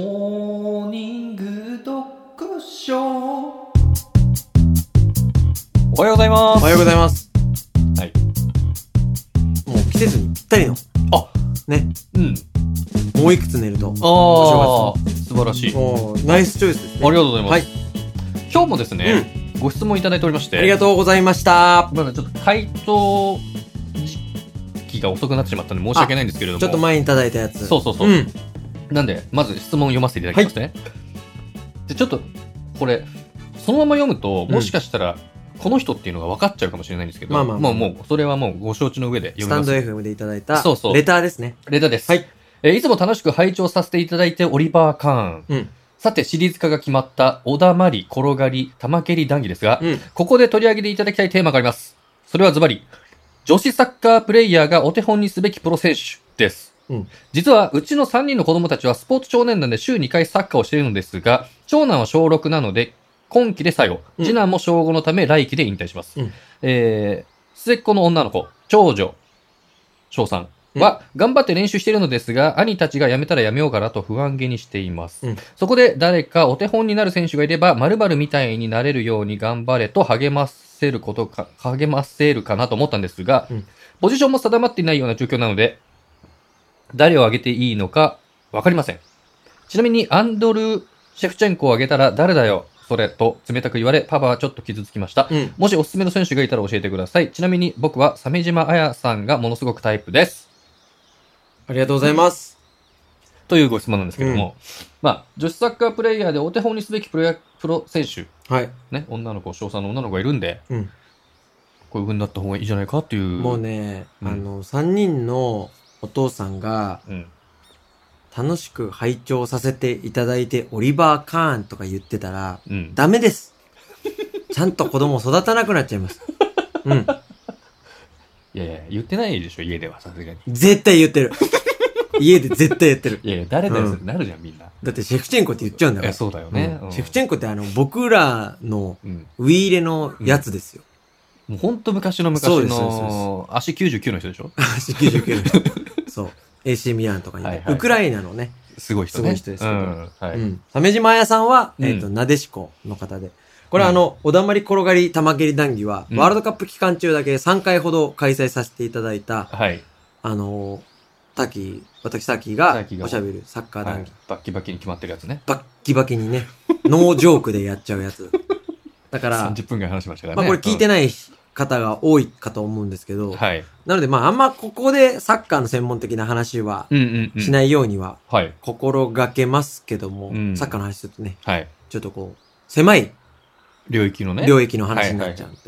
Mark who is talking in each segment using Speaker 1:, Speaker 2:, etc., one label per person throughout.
Speaker 1: モーニング読書
Speaker 2: おはようございます。
Speaker 3: おはようございます。
Speaker 2: はい。
Speaker 3: もう季節にぴったりの。
Speaker 2: あ
Speaker 3: ね。
Speaker 2: うん。
Speaker 3: もういくつ寝ると。
Speaker 2: ああ
Speaker 3: お
Speaker 2: ー、素晴らしい。あ
Speaker 3: おーナイスチョイスです
Speaker 2: り
Speaker 3: ね。
Speaker 2: がとうございます。
Speaker 3: はい
Speaker 2: 今日もですね、ご質問いただいておりまして、
Speaker 3: ありがとうございました。
Speaker 2: まだちょっと回答時期が遅くなってしまったんで申し訳ないんですけれども、
Speaker 3: ちょっと前にいただいたやつ。
Speaker 2: そうそうそう。
Speaker 3: うん。
Speaker 2: なんで、まず質問を読ませていただきますね。で、ちょっと、これ、そのまま読むと、
Speaker 3: うん
Speaker 2: もしかしたら、この人っていうのが分かっちゃうかもしれないんですけど、
Speaker 3: まあまあ
Speaker 2: も
Speaker 3: ま
Speaker 2: う
Speaker 3: あ
Speaker 2: もう、それはもうご承知の上で読
Speaker 3: ス
Speaker 2: み
Speaker 3: タ
Speaker 2: ま
Speaker 3: ン
Speaker 2: す
Speaker 3: ド。FM でいただいた、
Speaker 2: そうそう
Speaker 3: レターですね。
Speaker 2: レタです。
Speaker 3: はい
Speaker 2: えーいつも楽しく拝聴させていただいて、オリバー・カーン。
Speaker 3: うん
Speaker 2: さて、シリーズ化が決まった、小田まり、転がり、玉蹴り談義ですが、
Speaker 3: うん。
Speaker 2: ここで取り上げていただきたいテーマがあります。それはズバリ、女子サッカープレイヤーがお手本にすべきプロ選手です。
Speaker 3: うん
Speaker 2: 実は、うちの3人の子供たちはスポーツ少年団で週2回サッカーをしているのですが、長男は小6なので、今期で最後、
Speaker 3: うん
Speaker 2: 次男も小5のため来期で引退します。
Speaker 3: うん
Speaker 2: えー、末っ子の女の子、長女、翔さんは、頑張って練習しているのですが、兄たちが辞めたら辞めようかなと不安げにしています。
Speaker 3: うん
Speaker 2: そこで誰かお手本になる選手がいれば、〇〇みたいになれるように頑張れと励ませることか、励ませるかなと思ったんですが、
Speaker 3: うん
Speaker 2: ポジションも定まっていないような状況なので、誰を挙げていいのかわかりません。ちなみに、アンドル・シェフチェンコを挙げたら誰だよ、それと冷たく言われ、パパはちょっと傷つきました。
Speaker 3: うん。
Speaker 2: もしおすすめの選手がいたら教えてください。ちなみに僕は鮫島彩さんがものすごくタイプです。
Speaker 3: ありがとうございます。
Speaker 2: というご質問なんですけども、まあ、女子サッカープレイヤーでお手本にすべきプロやプロ選手、
Speaker 3: はい。
Speaker 2: ね、女の子、小3の女の子がいるんで、
Speaker 3: うん
Speaker 2: こういう風になった方がいいじゃないかっていう。
Speaker 3: もう。ね、
Speaker 2: うん
Speaker 3: あの、3人のお父さんが
Speaker 2: うん。
Speaker 3: 楽しく拝聴させていただいて、オリバー・カーンとか言ってたら、
Speaker 2: うん。
Speaker 3: ダメです。ちゃんと子供育たなくなっちゃいます。うん。
Speaker 2: いやいや、言ってないでしょ、家では、さすがに。
Speaker 3: 絶対言ってる。家で絶対言ってる。
Speaker 2: いやいや、誰だよ、
Speaker 3: うん
Speaker 2: それなるじゃん、みんな。
Speaker 3: だってシェフチェンコって言っちゃうんだ
Speaker 2: い
Speaker 3: か
Speaker 2: や、
Speaker 3: ら。
Speaker 2: そうだよね。
Speaker 3: う
Speaker 2: うんん
Speaker 3: シェフチェンコってあの、僕らの
Speaker 2: うん。
Speaker 3: ウィーレのやつですよ。
Speaker 2: もうほんと昔の昔
Speaker 3: そうですそうですそ
Speaker 2: の、足99の人でしょ
Speaker 3: 99の 人。そう。AC ミランとかに、
Speaker 2: はいはい
Speaker 3: ウクライナのね、
Speaker 2: すごい人ね。
Speaker 3: すごい人ですけ
Speaker 2: う
Speaker 3: ど
Speaker 2: ん。はい。
Speaker 3: うん。鮫島彩さんは、
Speaker 2: うん
Speaker 3: えっ、と、なでしこの方で。これはあの、おだまり転がり玉蹴り談義は、
Speaker 2: うん
Speaker 3: ワールドカップ期間中だけ3回ほど開催させていただいた、
Speaker 2: はい。
Speaker 3: あのー、タキ、私タキ
Speaker 2: タ
Speaker 3: が
Speaker 2: キが
Speaker 3: おしゃべるサッカー談
Speaker 2: は
Speaker 3: 義。
Speaker 2: いバッキバキに決まってるやつね。
Speaker 3: バッキバキにね、ノージョークでやっちゃうやつ。だから、
Speaker 2: 30分ぐらい話しましたからね。
Speaker 3: まあこれ聞いて
Speaker 2: な
Speaker 3: ない方が多いかと思うんですけど、
Speaker 2: はい。
Speaker 3: なのでまああんまここでサッカーの専門的な話は
Speaker 2: うんうんうん。
Speaker 3: しないようには
Speaker 2: はい。
Speaker 3: 心がけますけども、
Speaker 2: うん
Speaker 3: サッカーの話するとね、
Speaker 2: はい。
Speaker 3: ちょっとこう、狭い
Speaker 2: 領域のね。
Speaker 3: 領域の話になっちゃうんで。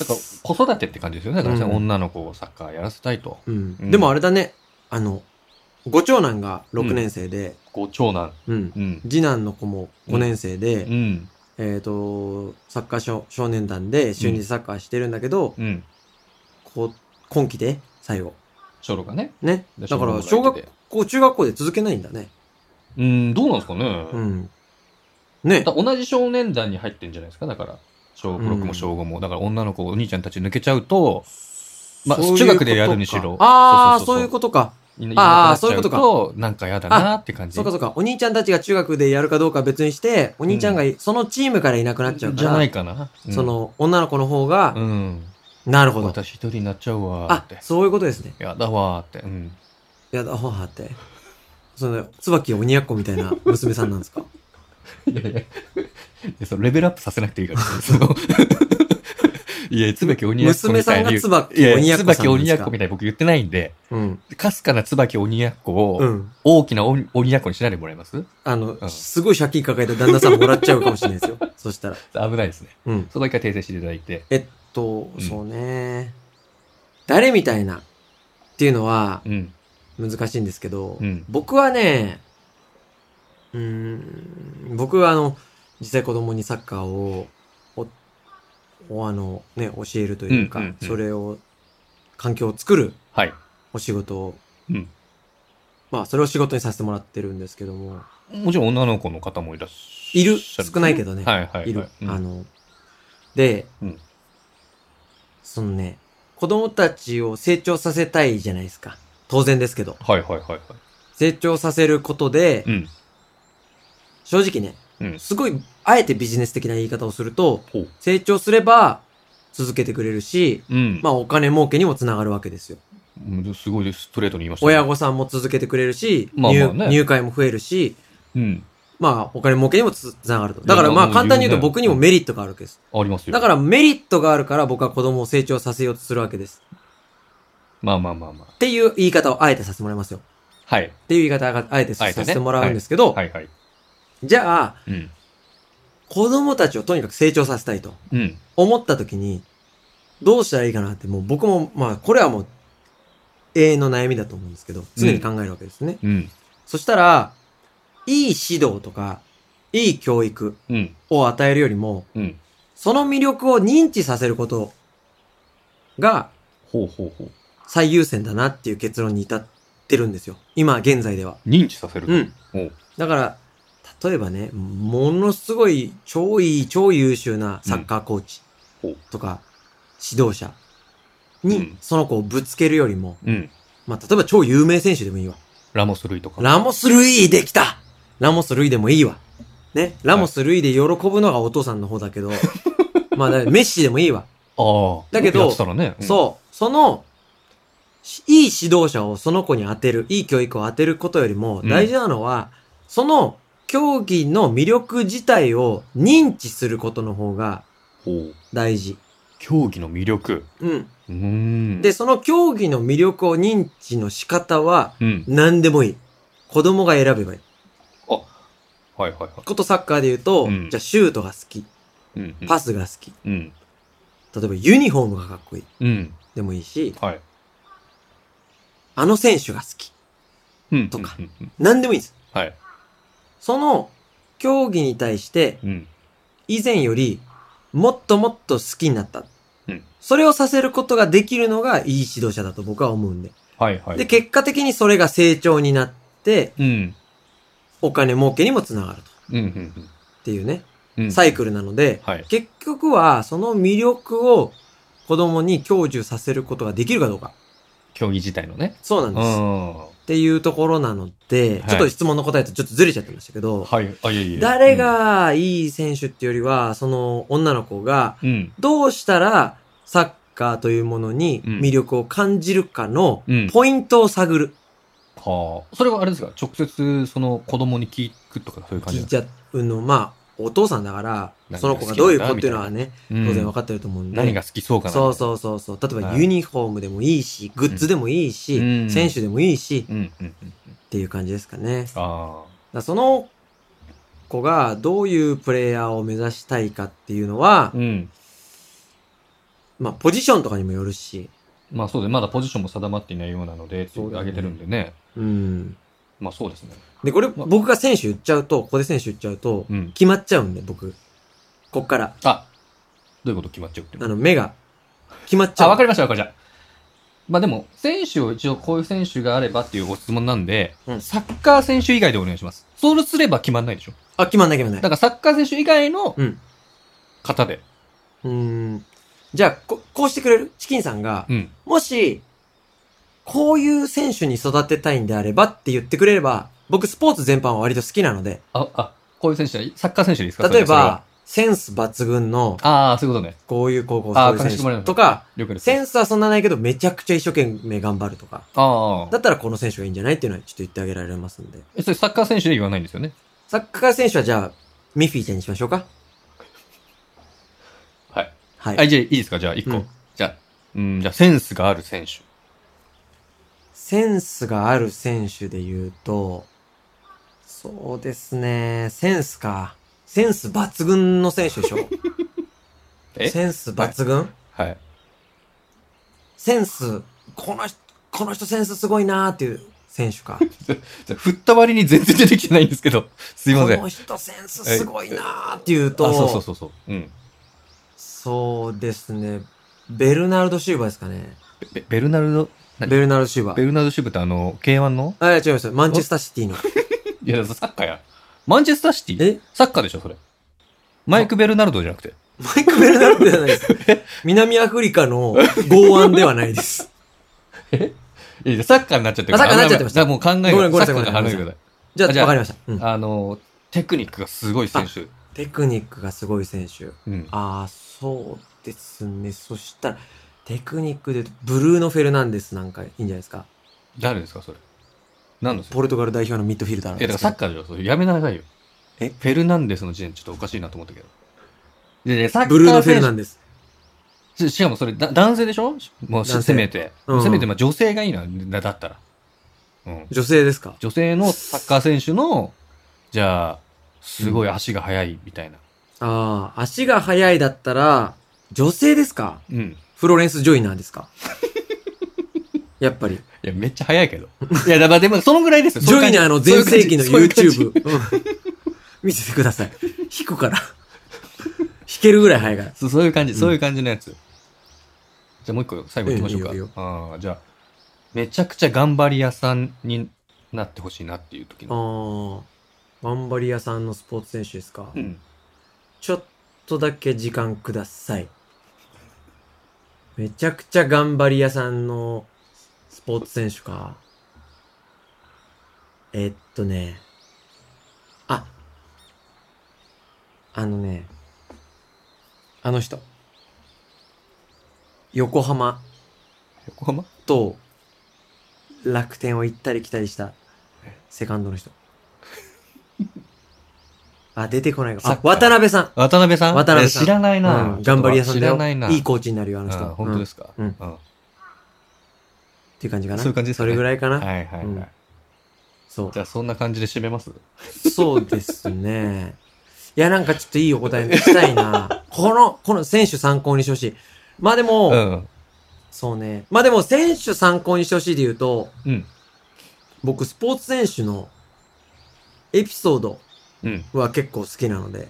Speaker 2: だから子育てって感じですよね。だから
Speaker 3: うん
Speaker 2: 女の子をサッカーやらせたいと。
Speaker 3: うん
Speaker 2: うん
Speaker 3: でもあれだね、あの、ご長男が6年生で、
Speaker 2: こう、長男。
Speaker 3: うん、
Speaker 2: うん。
Speaker 3: 次男の子も5年生で、
Speaker 2: うん。
Speaker 3: えっ、と、サッカー少少年団で週にサッカーしてるんだけど、
Speaker 2: うん。
Speaker 3: こう今期で最後。
Speaker 2: 小6がね。
Speaker 3: ね。
Speaker 2: で
Speaker 3: だから、
Speaker 2: 小
Speaker 3: 小
Speaker 2: 学校が行って
Speaker 3: 学
Speaker 2: て
Speaker 3: 校、中学校で続けないんだね。
Speaker 2: うん、どうなんですかね。
Speaker 3: うん。ね
Speaker 2: だ。同じ少年団に入ってんじゃないですか。だから、小
Speaker 3: うん
Speaker 2: 6も小5も。だから女の子、お兄ちゃんたち抜けちゃうと、まあ、
Speaker 3: そういうこと
Speaker 2: 中
Speaker 3: か
Speaker 2: 学でやるにしろ。
Speaker 3: ああ、そういうことか。
Speaker 2: みんな
Speaker 3: あーそういうことか
Speaker 2: と。なんかやだなって感じ。
Speaker 3: そうかそうか。お兄ちゃんたちが中学でやるかどうかは別にして、お兄ちゃんがいそのチームからいなくなっちゃうか
Speaker 2: じゃ
Speaker 3: ら、
Speaker 2: ないかな。うん
Speaker 3: そ、の女の子の方が、
Speaker 2: うん。
Speaker 3: なるほど。
Speaker 2: 私一人になっちゃうわーっ
Speaker 3: あ
Speaker 2: て、。
Speaker 3: そういうことですね。
Speaker 2: やだわーって。うん。
Speaker 3: やだ、ほはって。その、椿鬼奴みたいな娘さんなんですか
Speaker 2: いやいやいや、そのレベルアップさせなくていいから。 そのいや、椿鬼奴みた
Speaker 3: 娘さ
Speaker 2: いに。
Speaker 3: んが
Speaker 2: い
Speaker 3: 椿
Speaker 2: や
Speaker 3: 鬼
Speaker 2: いや、
Speaker 3: 奴さんなんですか
Speaker 2: 椿鬼奴みたいに僕言ってないんで、
Speaker 3: うん。
Speaker 2: かすかな椿鬼奴を、
Speaker 3: うん。
Speaker 2: 大きな鬼鬼奴にしないでもらえます
Speaker 3: あの、
Speaker 2: うん
Speaker 3: すごい借金抱えた旦那さんもらっちゃうかもしれないですよ。 そしたら。
Speaker 2: 危ないですね。
Speaker 3: うん。
Speaker 2: そこだけは訂正していただいて。
Speaker 3: えっと、
Speaker 2: うん
Speaker 3: そうね。誰みたいなっていうのは
Speaker 2: うん。
Speaker 3: 難しいんですけど、
Speaker 2: うん
Speaker 3: 僕はね、うーん、僕はあの、実際子供にサッカーを、お、おあの、ね、教えるというか、
Speaker 2: うんうんうん
Speaker 3: それを、環境を作る
Speaker 2: はい。
Speaker 3: お仕事を、
Speaker 2: うん
Speaker 3: まあ、それを仕事にさせてもらってるんですけども、
Speaker 2: もちろん女の子の方もいらっしゃ
Speaker 3: い
Speaker 2: る。
Speaker 3: る、少ないけどね、
Speaker 2: はいはいはい。
Speaker 3: いる、
Speaker 2: うん
Speaker 3: あの、で、
Speaker 2: うん
Speaker 3: そのね、子供たちを成長させたいじゃないですか。当然ですけど。
Speaker 2: はいはいはいはい。
Speaker 3: 成長させることで、
Speaker 2: うん。
Speaker 3: 正直ね、
Speaker 2: うん
Speaker 3: すごい、あえてビジネス的な言い方をすると
Speaker 2: ほう、
Speaker 3: 成長すれば続けてくれるし、
Speaker 2: うん。
Speaker 3: まあお金儲けにもつながるわけですよ。
Speaker 2: うんすごいです。ストレートに言いましたね。
Speaker 3: 親御さんも続けてくれるし、
Speaker 2: まあまあね
Speaker 3: 入入会も増えるし、
Speaker 2: うん。
Speaker 3: まあお金儲けにもつつながると。だからま
Speaker 2: い
Speaker 3: あ
Speaker 2: や
Speaker 3: 簡単に言うと
Speaker 2: もう
Speaker 3: 僕にもメリットがあるわけです。
Speaker 2: ありますよ。
Speaker 3: だからメリットがあるから僕は子供を成長させようとするわけです。
Speaker 2: まあまあまあま
Speaker 3: っていう言い方をあえてさせてもらいますよ。
Speaker 2: あ。はい。
Speaker 3: っていう言い方があえて
Speaker 2: あ
Speaker 3: さ
Speaker 2: えてね
Speaker 3: せてもらうんですけど、
Speaker 2: はいはい。
Speaker 3: じゃあ、
Speaker 2: うん。
Speaker 3: 子供たちをとにかく成長させたいと
Speaker 2: うん。
Speaker 3: 思った時に、どうしたらいいかなって、もう僕も、まあ、これはもう、永遠の悩みだと思うんですけど、常に考えるわけですね。
Speaker 2: うん。
Speaker 3: そしたら、いい指導とか、いい教育
Speaker 2: うん。
Speaker 3: を与えるよりも、
Speaker 2: うん。
Speaker 3: その魅力を認知させることが
Speaker 2: ほうほうほう。
Speaker 3: 最優先だなっていう結論に至ってるんですよ。今、現在では。
Speaker 2: 認知させる。
Speaker 3: うん。
Speaker 2: ほう。
Speaker 3: だから、例えばね、ものすごい超いい、超優秀なサッカーコーチ
Speaker 2: うんほ
Speaker 3: とか、指導者
Speaker 2: う
Speaker 3: に
Speaker 2: ん
Speaker 3: その子をぶつけるよりも、
Speaker 2: うん。
Speaker 3: まあ、例えば超有名選手でもいいわ。
Speaker 2: ラモス類とか。
Speaker 3: ラモス・ルイできたラモス・ルイでもいいわ。ね、ラモス・ルイで喜ぶのがお父さんの方だけ ど、まあ、だからメッシでもいいわ。
Speaker 2: ああ。
Speaker 3: だけど
Speaker 2: やってたらね。うん
Speaker 3: そう、その、しいい指導者をその子に当てる、いい教育を当てることよりも
Speaker 2: うん
Speaker 3: 大事なのは、その競技の魅力自体を認知することの方が
Speaker 2: ほう。
Speaker 3: 大事。
Speaker 2: 競技の魅力。
Speaker 3: うん。
Speaker 2: うーん。
Speaker 3: で、、その競技の魅力を認知の仕方は
Speaker 2: うん。
Speaker 3: 何でもいい。子供が選べばいい。
Speaker 2: はいはいはい。
Speaker 3: ことサッカーで言うと、
Speaker 2: うん
Speaker 3: じゃあシュートが好き、
Speaker 2: うん。
Speaker 3: パスが好き、
Speaker 2: うん。
Speaker 3: 例えばユニフォームがかっこいい
Speaker 2: うん。
Speaker 3: でもいいし、
Speaker 2: はい。
Speaker 3: あの選手が好き。
Speaker 2: うん。
Speaker 3: とか
Speaker 2: うん。うん
Speaker 3: 何でもいいです。
Speaker 2: はい。
Speaker 3: その競技に対して
Speaker 2: うん。
Speaker 3: 以前よりもっともっと好きになった。
Speaker 2: うん
Speaker 3: それをさせることができるのがいい指導者だと僕は思うんで。
Speaker 2: はいはい。
Speaker 3: で、結果的にそれが成長になって、
Speaker 2: うん。
Speaker 3: お金儲けにもつながると。
Speaker 2: うん。うん。
Speaker 3: っていうね、
Speaker 2: うんうん。
Speaker 3: サイクルなので、
Speaker 2: はい。
Speaker 3: 結局はその魅力を子供に享受させることができるかどうか。
Speaker 2: 競技自体のね。
Speaker 3: そうな
Speaker 2: うんん。
Speaker 3: です。っていうところなので、
Speaker 2: はい
Speaker 3: ちょっと質問の答えとちょっとずれちゃってましたけど、
Speaker 2: はい。あ、いえいえ。
Speaker 3: 誰がいい選手っていうよりは、その女の子が
Speaker 2: うん、
Speaker 3: どうしたらサッカーというものに魅力を感じるかの
Speaker 2: うん。うん。
Speaker 3: ポイントを探る。
Speaker 2: はあ。それはあれですか直接、その子供に聞くとかそういう感じ
Speaker 3: 聞
Speaker 2: ないんですか
Speaker 3: ちゃうの、まあ、お父さんだから、
Speaker 2: 何が
Speaker 3: その子がどういう子っていうのはね、
Speaker 2: 当
Speaker 3: 当然分
Speaker 2: か
Speaker 3: かってると思うんで。
Speaker 2: 何が好きそうかな。
Speaker 3: そうそうそうそう。例えば
Speaker 2: はい
Speaker 3: ユニフォームでもいいし、グッズでもいいし、
Speaker 2: うん
Speaker 3: 選手でもいいし、
Speaker 2: う。うんうんうん。
Speaker 3: っていう感じですかね。
Speaker 2: あ
Speaker 3: だからその子がどういうプレイヤーを目指したいかっていうのは
Speaker 2: あ。、うん。
Speaker 3: まあ、ポジションとかにもよるし、
Speaker 2: まあそうで、まだポジションも定まっていないようなので、って
Speaker 3: そうだ
Speaker 2: あ
Speaker 3: ね
Speaker 2: げてるんでね。
Speaker 3: うん。
Speaker 2: まあそうですね。
Speaker 3: で、これ、
Speaker 2: まあ
Speaker 3: 僕が選手言っちゃうと、ここで選手言っちゃうと
Speaker 2: う、ん。
Speaker 3: 決まっちゃうんで、僕。こっから、
Speaker 2: あ、どういうこと決まっちゃうっていう
Speaker 3: あ
Speaker 2: の
Speaker 3: の、目が、決まっちゃう。
Speaker 2: あ、わかり
Speaker 3: る。
Speaker 2: ました、わかりました。まあでも、選手を一応こういう選手があればっていうご質問なんで、
Speaker 3: うん
Speaker 2: サッカー選手以外でお願いします。そうすれば決まんないでしょ。
Speaker 3: あ、決まんない決まん
Speaker 2: だ
Speaker 3: な
Speaker 2: か
Speaker 3: い。
Speaker 2: らサッカー選手以外の
Speaker 3: うん。
Speaker 2: 方で。
Speaker 3: うーん。じゃあ、こ、こうしてくれるチキンさんが
Speaker 2: う、ん。
Speaker 3: もし、こういう選手に育てたいんであればって言ってくれれば、僕スポーツ全般は割と好きなので、
Speaker 2: あ、あ、こういう選手、サッカー選手でいいですか
Speaker 3: 例え、
Speaker 2: それは
Speaker 3: ば、センス抜群の、
Speaker 2: ああ、そういうことね。
Speaker 3: こういう高校、
Speaker 2: あ
Speaker 3: そ
Speaker 2: ー
Speaker 3: ういう
Speaker 2: 隠してもらえな
Speaker 3: 選手
Speaker 2: い
Speaker 3: とか、
Speaker 2: 了解です。
Speaker 3: センスはそんなないけど、めちゃくちゃ一生懸命頑張るとか。
Speaker 2: あ
Speaker 3: だ
Speaker 2: あ。
Speaker 3: ったらこの選手がいいんじゃないっていうのはちょっと言ってあげられますんで。
Speaker 2: えそれサッカー選手で言わないんですよね。
Speaker 3: サッカー選手はじゃあ、ミッフィーちゃんにしましょうか。
Speaker 2: はい。
Speaker 3: はい。
Speaker 2: あ、じゃあいいですかじゃあ一個。
Speaker 3: うん
Speaker 2: じゃあ、うん、じゃあセンスがある選手。
Speaker 3: センスがある選手で言うと、そうですね、センスか。センス抜群の選手でしょ。
Speaker 2: え
Speaker 3: センス抜群、
Speaker 2: はい。
Speaker 3: センス、この人、この人センスすごいなーっていう選手か。
Speaker 2: じゃあ振った割に全然出てきてないんですけど、 すいません。あ
Speaker 3: この人センスすごいなーっていうと、
Speaker 2: そうそうそうそう。うん。
Speaker 3: そうですね。ベルナルド・シューバーですかね。
Speaker 2: ベベルナルド、何
Speaker 3: ベルナルド・シューバ
Speaker 2: ベ
Speaker 3: ー。
Speaker 2: ルナルド・シューブってあの、K1 の
Speaker 3: あ、違います。マンチェスター・シティの。
Speaker 2: いや、サッカーや。マンチェスターシティ
Speaker 3: え
Speaker 2: サッカーでしょ、それ。マイク・ベルナルドじゃなくて。
Speaker 3: マイク・ベルナルドじゃないです。 南アフリカの剛腕ではないです。
Speaker 2: いやいや、サッカーになっちゃってるから
Speaker 3: あサッカーになっちゃってまし
Speaker 2: 危ない危ないじ
Speaker 3: た
Speaker 2: ゃあもう考え
Speaker 3: ごめ
Speaker 2: が
Speaker 3: んごめん
Speaker 2: サッカーが
Speaker 3: ごめん
Speaker 2: 離
Speaker 3: な
Speaker 2: れ
Speaker 3: さい
Speaker 2: てくだ
Speaker 3: じゃ
Speaker 2: あじ
Speaker 3: あ、
Speaker 2: ゃあ
Speaker 3: わかりました。うん
Speaker 2: さい。あの、テクニックがすごい選手。
Speaker 3: テクニックがすごい選手。
Speaker 2: うん。
Speaker 3: ああ、そうですね。そしたら、テクニックで言うと、ブルーノ・フェルナンデスなんかいいんじゃないですか。
Speaker 2: 誰ですか、それ。何の選手
Speaker 3: ポルトガル代表のミッドフィルダーなん
Speaker 2: いや、
Speaker 3: で
Speaker 2: だから
Speaker 3: す
Speaker 2: サ
Speaker 3: け
Speaker 2: ッ
Speaker 3: ど。
Speaker 2: カーでしょ。それやめなさいよ。
Speaker 3: え
Speaker 2: フェルナンデスの時点ちょっとおかしいなと思ったけど。いやいやサッカー
Speaker 3: ブルーノ・フェルナ
Speaker 2: ン
Speaker 3: ンデス。
Speaker 2: デス。しかもそれだ男性でしょもう
Speaker 3: 男性
Speaker 2: せめて。
Speaker 3: うん
Speaker 2: せめてまあ女性がいいな、だだったら。うん。
Speaker 3: 女性ですか
Speaker 2: 女性のサッカー選手の、じゃあ、すごい足が速いみたいな。
Speaker 3: ああ、足が速いだったら、女性ですか
Speaker 2: うん。い
Speaker 3: フロレンス・ジョイナーで すかやっぱり。
Speaker 2: や、めっちゃ速いけど。いや、だからでもそのぐらいですよ。
Speaker 3: ジョイナーの全盛期の
Speaker 2: そういう感じ
Speaker 3: YouTube。うん見せてください。弾くから。弾けるぐらい速いから。
Speaker 2: そうそういう感じ、
Speaker 3: うん
Speaker 2: そういう感じのやつ。じゃあもう一個最後行きましょうか。
Speaker 3: ええいいよいいよ
Speaker 2: ああ、じゃあ、めちゃくちゃ頑張り屋さんになってほしいなっていう時
Speaker 3: あ
Speaker 2: の。
Speaker 3: ー頑張り屋さんのスポーツ選手ですか、
Speaker 2: うん。
Speaker 3: ちょっとだけ時間ください。めちゃくちゃ頑張り屋さんのスポーツ選手か。えっとね。あ。あのね。あの人。横浜
Speaker 2: 横浜
Speaker 3: と楽天を行ったり来たりしたセカン ドの人。あ、出てこないか。
Speaker 2: サッ
Speaker 3: あ、
Speaker 2: カー
Speaker 3: 渡辺さん。
Speaker 2: 渡辺さん
Speaker 3: 渡辺さ
Speaker 2: い
Speaker 3: ん
Speaker 2: や知らないな、
Speaker 3: うん、頑張り屋さんだ
Speaker 2: 知
Speaker 3: よ。
Speaker 2: らないないい
Speaker 3: いコーチになるよ、あの人。、
Speaker 2: あ本当ですすか。
Speaker 3: うんっていう感じかな。
Speaker 2: そういう感じですか
Speaker 3: そ
Speaker 2: ね
Speaker 3: れぐらいかな。
Speaker 2: はいはいはい。
Speaker 3: うんそ
Speaker 2: じゃあそんな感じで締めます
Speaker 3: う。そうですね。いや、なんかちょっといいお答えしたいな。この、この選手参考にしてほしい。まあでも、
Speaker 2: うん。
Speaker 3: そうね。まあでも、選手参考にしてほしいで言うと、
Speaker 2: うん。
Speaker 3: 僕、スポーツ選手のエピソード
Speaker 2: うん。
Speaker 3: は結構好きなので、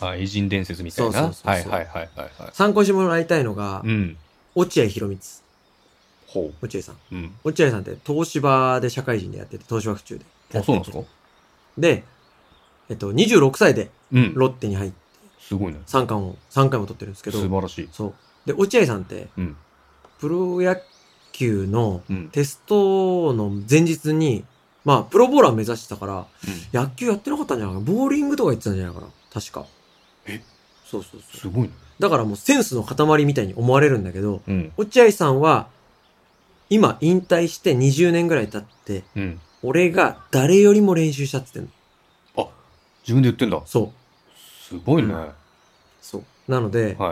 Speaker 2: あ、偉人伝説みたいな。
Speaker 3: そうそうそうそう
Speaker 2: はいはいはいはいは
Speaker 3: 参考にしてもらいたいのが
Speaker 2: い。う、ん。
Speaker 3: 落合博光。
Speaker 2: ほ
Speaker 3: 落合さん。
Speaker 2: う。うん。
Speaker 3: 落合さんって東芝で社会人でやってて、東芝府中で。
Speaker 2: あ、そうなんですか
Speaker 3: で、えっと、26歳で
Speaker 2: うん。
Speaker 3: ロッテに入って
Speaker 2: すごいね。
Speaker 3: 3冠を、三回も取ってるんですけど
Speaker 2: 素、晴らしい。
Speaker 3: そう。で、落合さんって、
Speaker 2: うん。
Speaker 3: プロ野球の
Speaker 2: うん。
Speaker 3: テストの前日に、まあ、プロボーラー目指してたから、野球やってなかったんじゃないかな。ボーリングとか言ってたんじゃないかな。確か。
Speaker 2: え
Speaker 3: そうそうそ
Speaker 2: す
Speaker 3: う。
Speaker 2: ごいね。
Speaker 3: だからもうセンスの塊みたいに思われるんだけど、
Speaker 2: うん。
Speaker 3: 落合さんは、今引退して20年ぐらい経って、
Speaker 2: うん。
Speaker 3: 俺が誰よりも練習したって言ってんの。
Speaker 2: あ、自分で言ってんだ。
Speaker 3: そう。
Speaker 2: すごいね。
Speaker 3: う
Speaker 2: は
Speaker 3: そう。なので、
Speaker 2: い。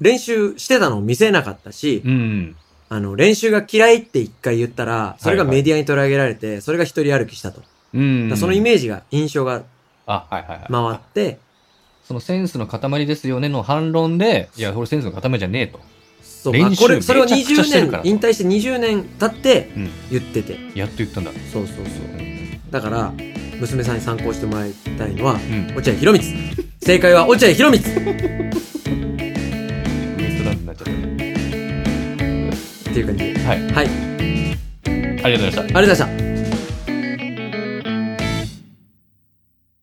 Speaker 3: 練習してたのを見せなかったし、
Speaker 2: うん。
Speaker 3: あの、練習が嫌いって一回言ったら、それがメディアに取り上げられて、それが一人歩きしたと。だか
Speaker 2: うん
Speaker 3: ら。そのイ
Speaker 2: ージ。
Speaker 3: メージが、印象が
Speaker 2: あ、はいはいはい。
Speaker 3: 回って、
Speaker 2: そのセンスの塊ですよねの反論で、いや、これセンスの塊じゃねえと。
Speaker 3: そう、
Speaker 2: 練習
Speaker 3: まあこれ、それを
Speaker 2: めちゃくちゃしてる
Speaker 3: 20
Speaker 2: から
Speaker 3: 年、引退して20年経って
Speaker 2: うん。
Speaker 3: 言ってて。
Speaker 2: やっと言ったんだ。
Speaker 3: そうそうそう。
Speaker 2: う
Speaker 3: だから、娘さんに参考してもらいたいのは、
Speaker 2: ん。
Speaker 3: 落合博光。正解は落合博光
Speaker 2: ウエストランドになっちゃったね。
Speaker 3: っていう感じで。
Speaker 2: はい。
Speaker 3: はい。あり
Speaker 2: ありがとうございました。
Speaker 3: がとうございました。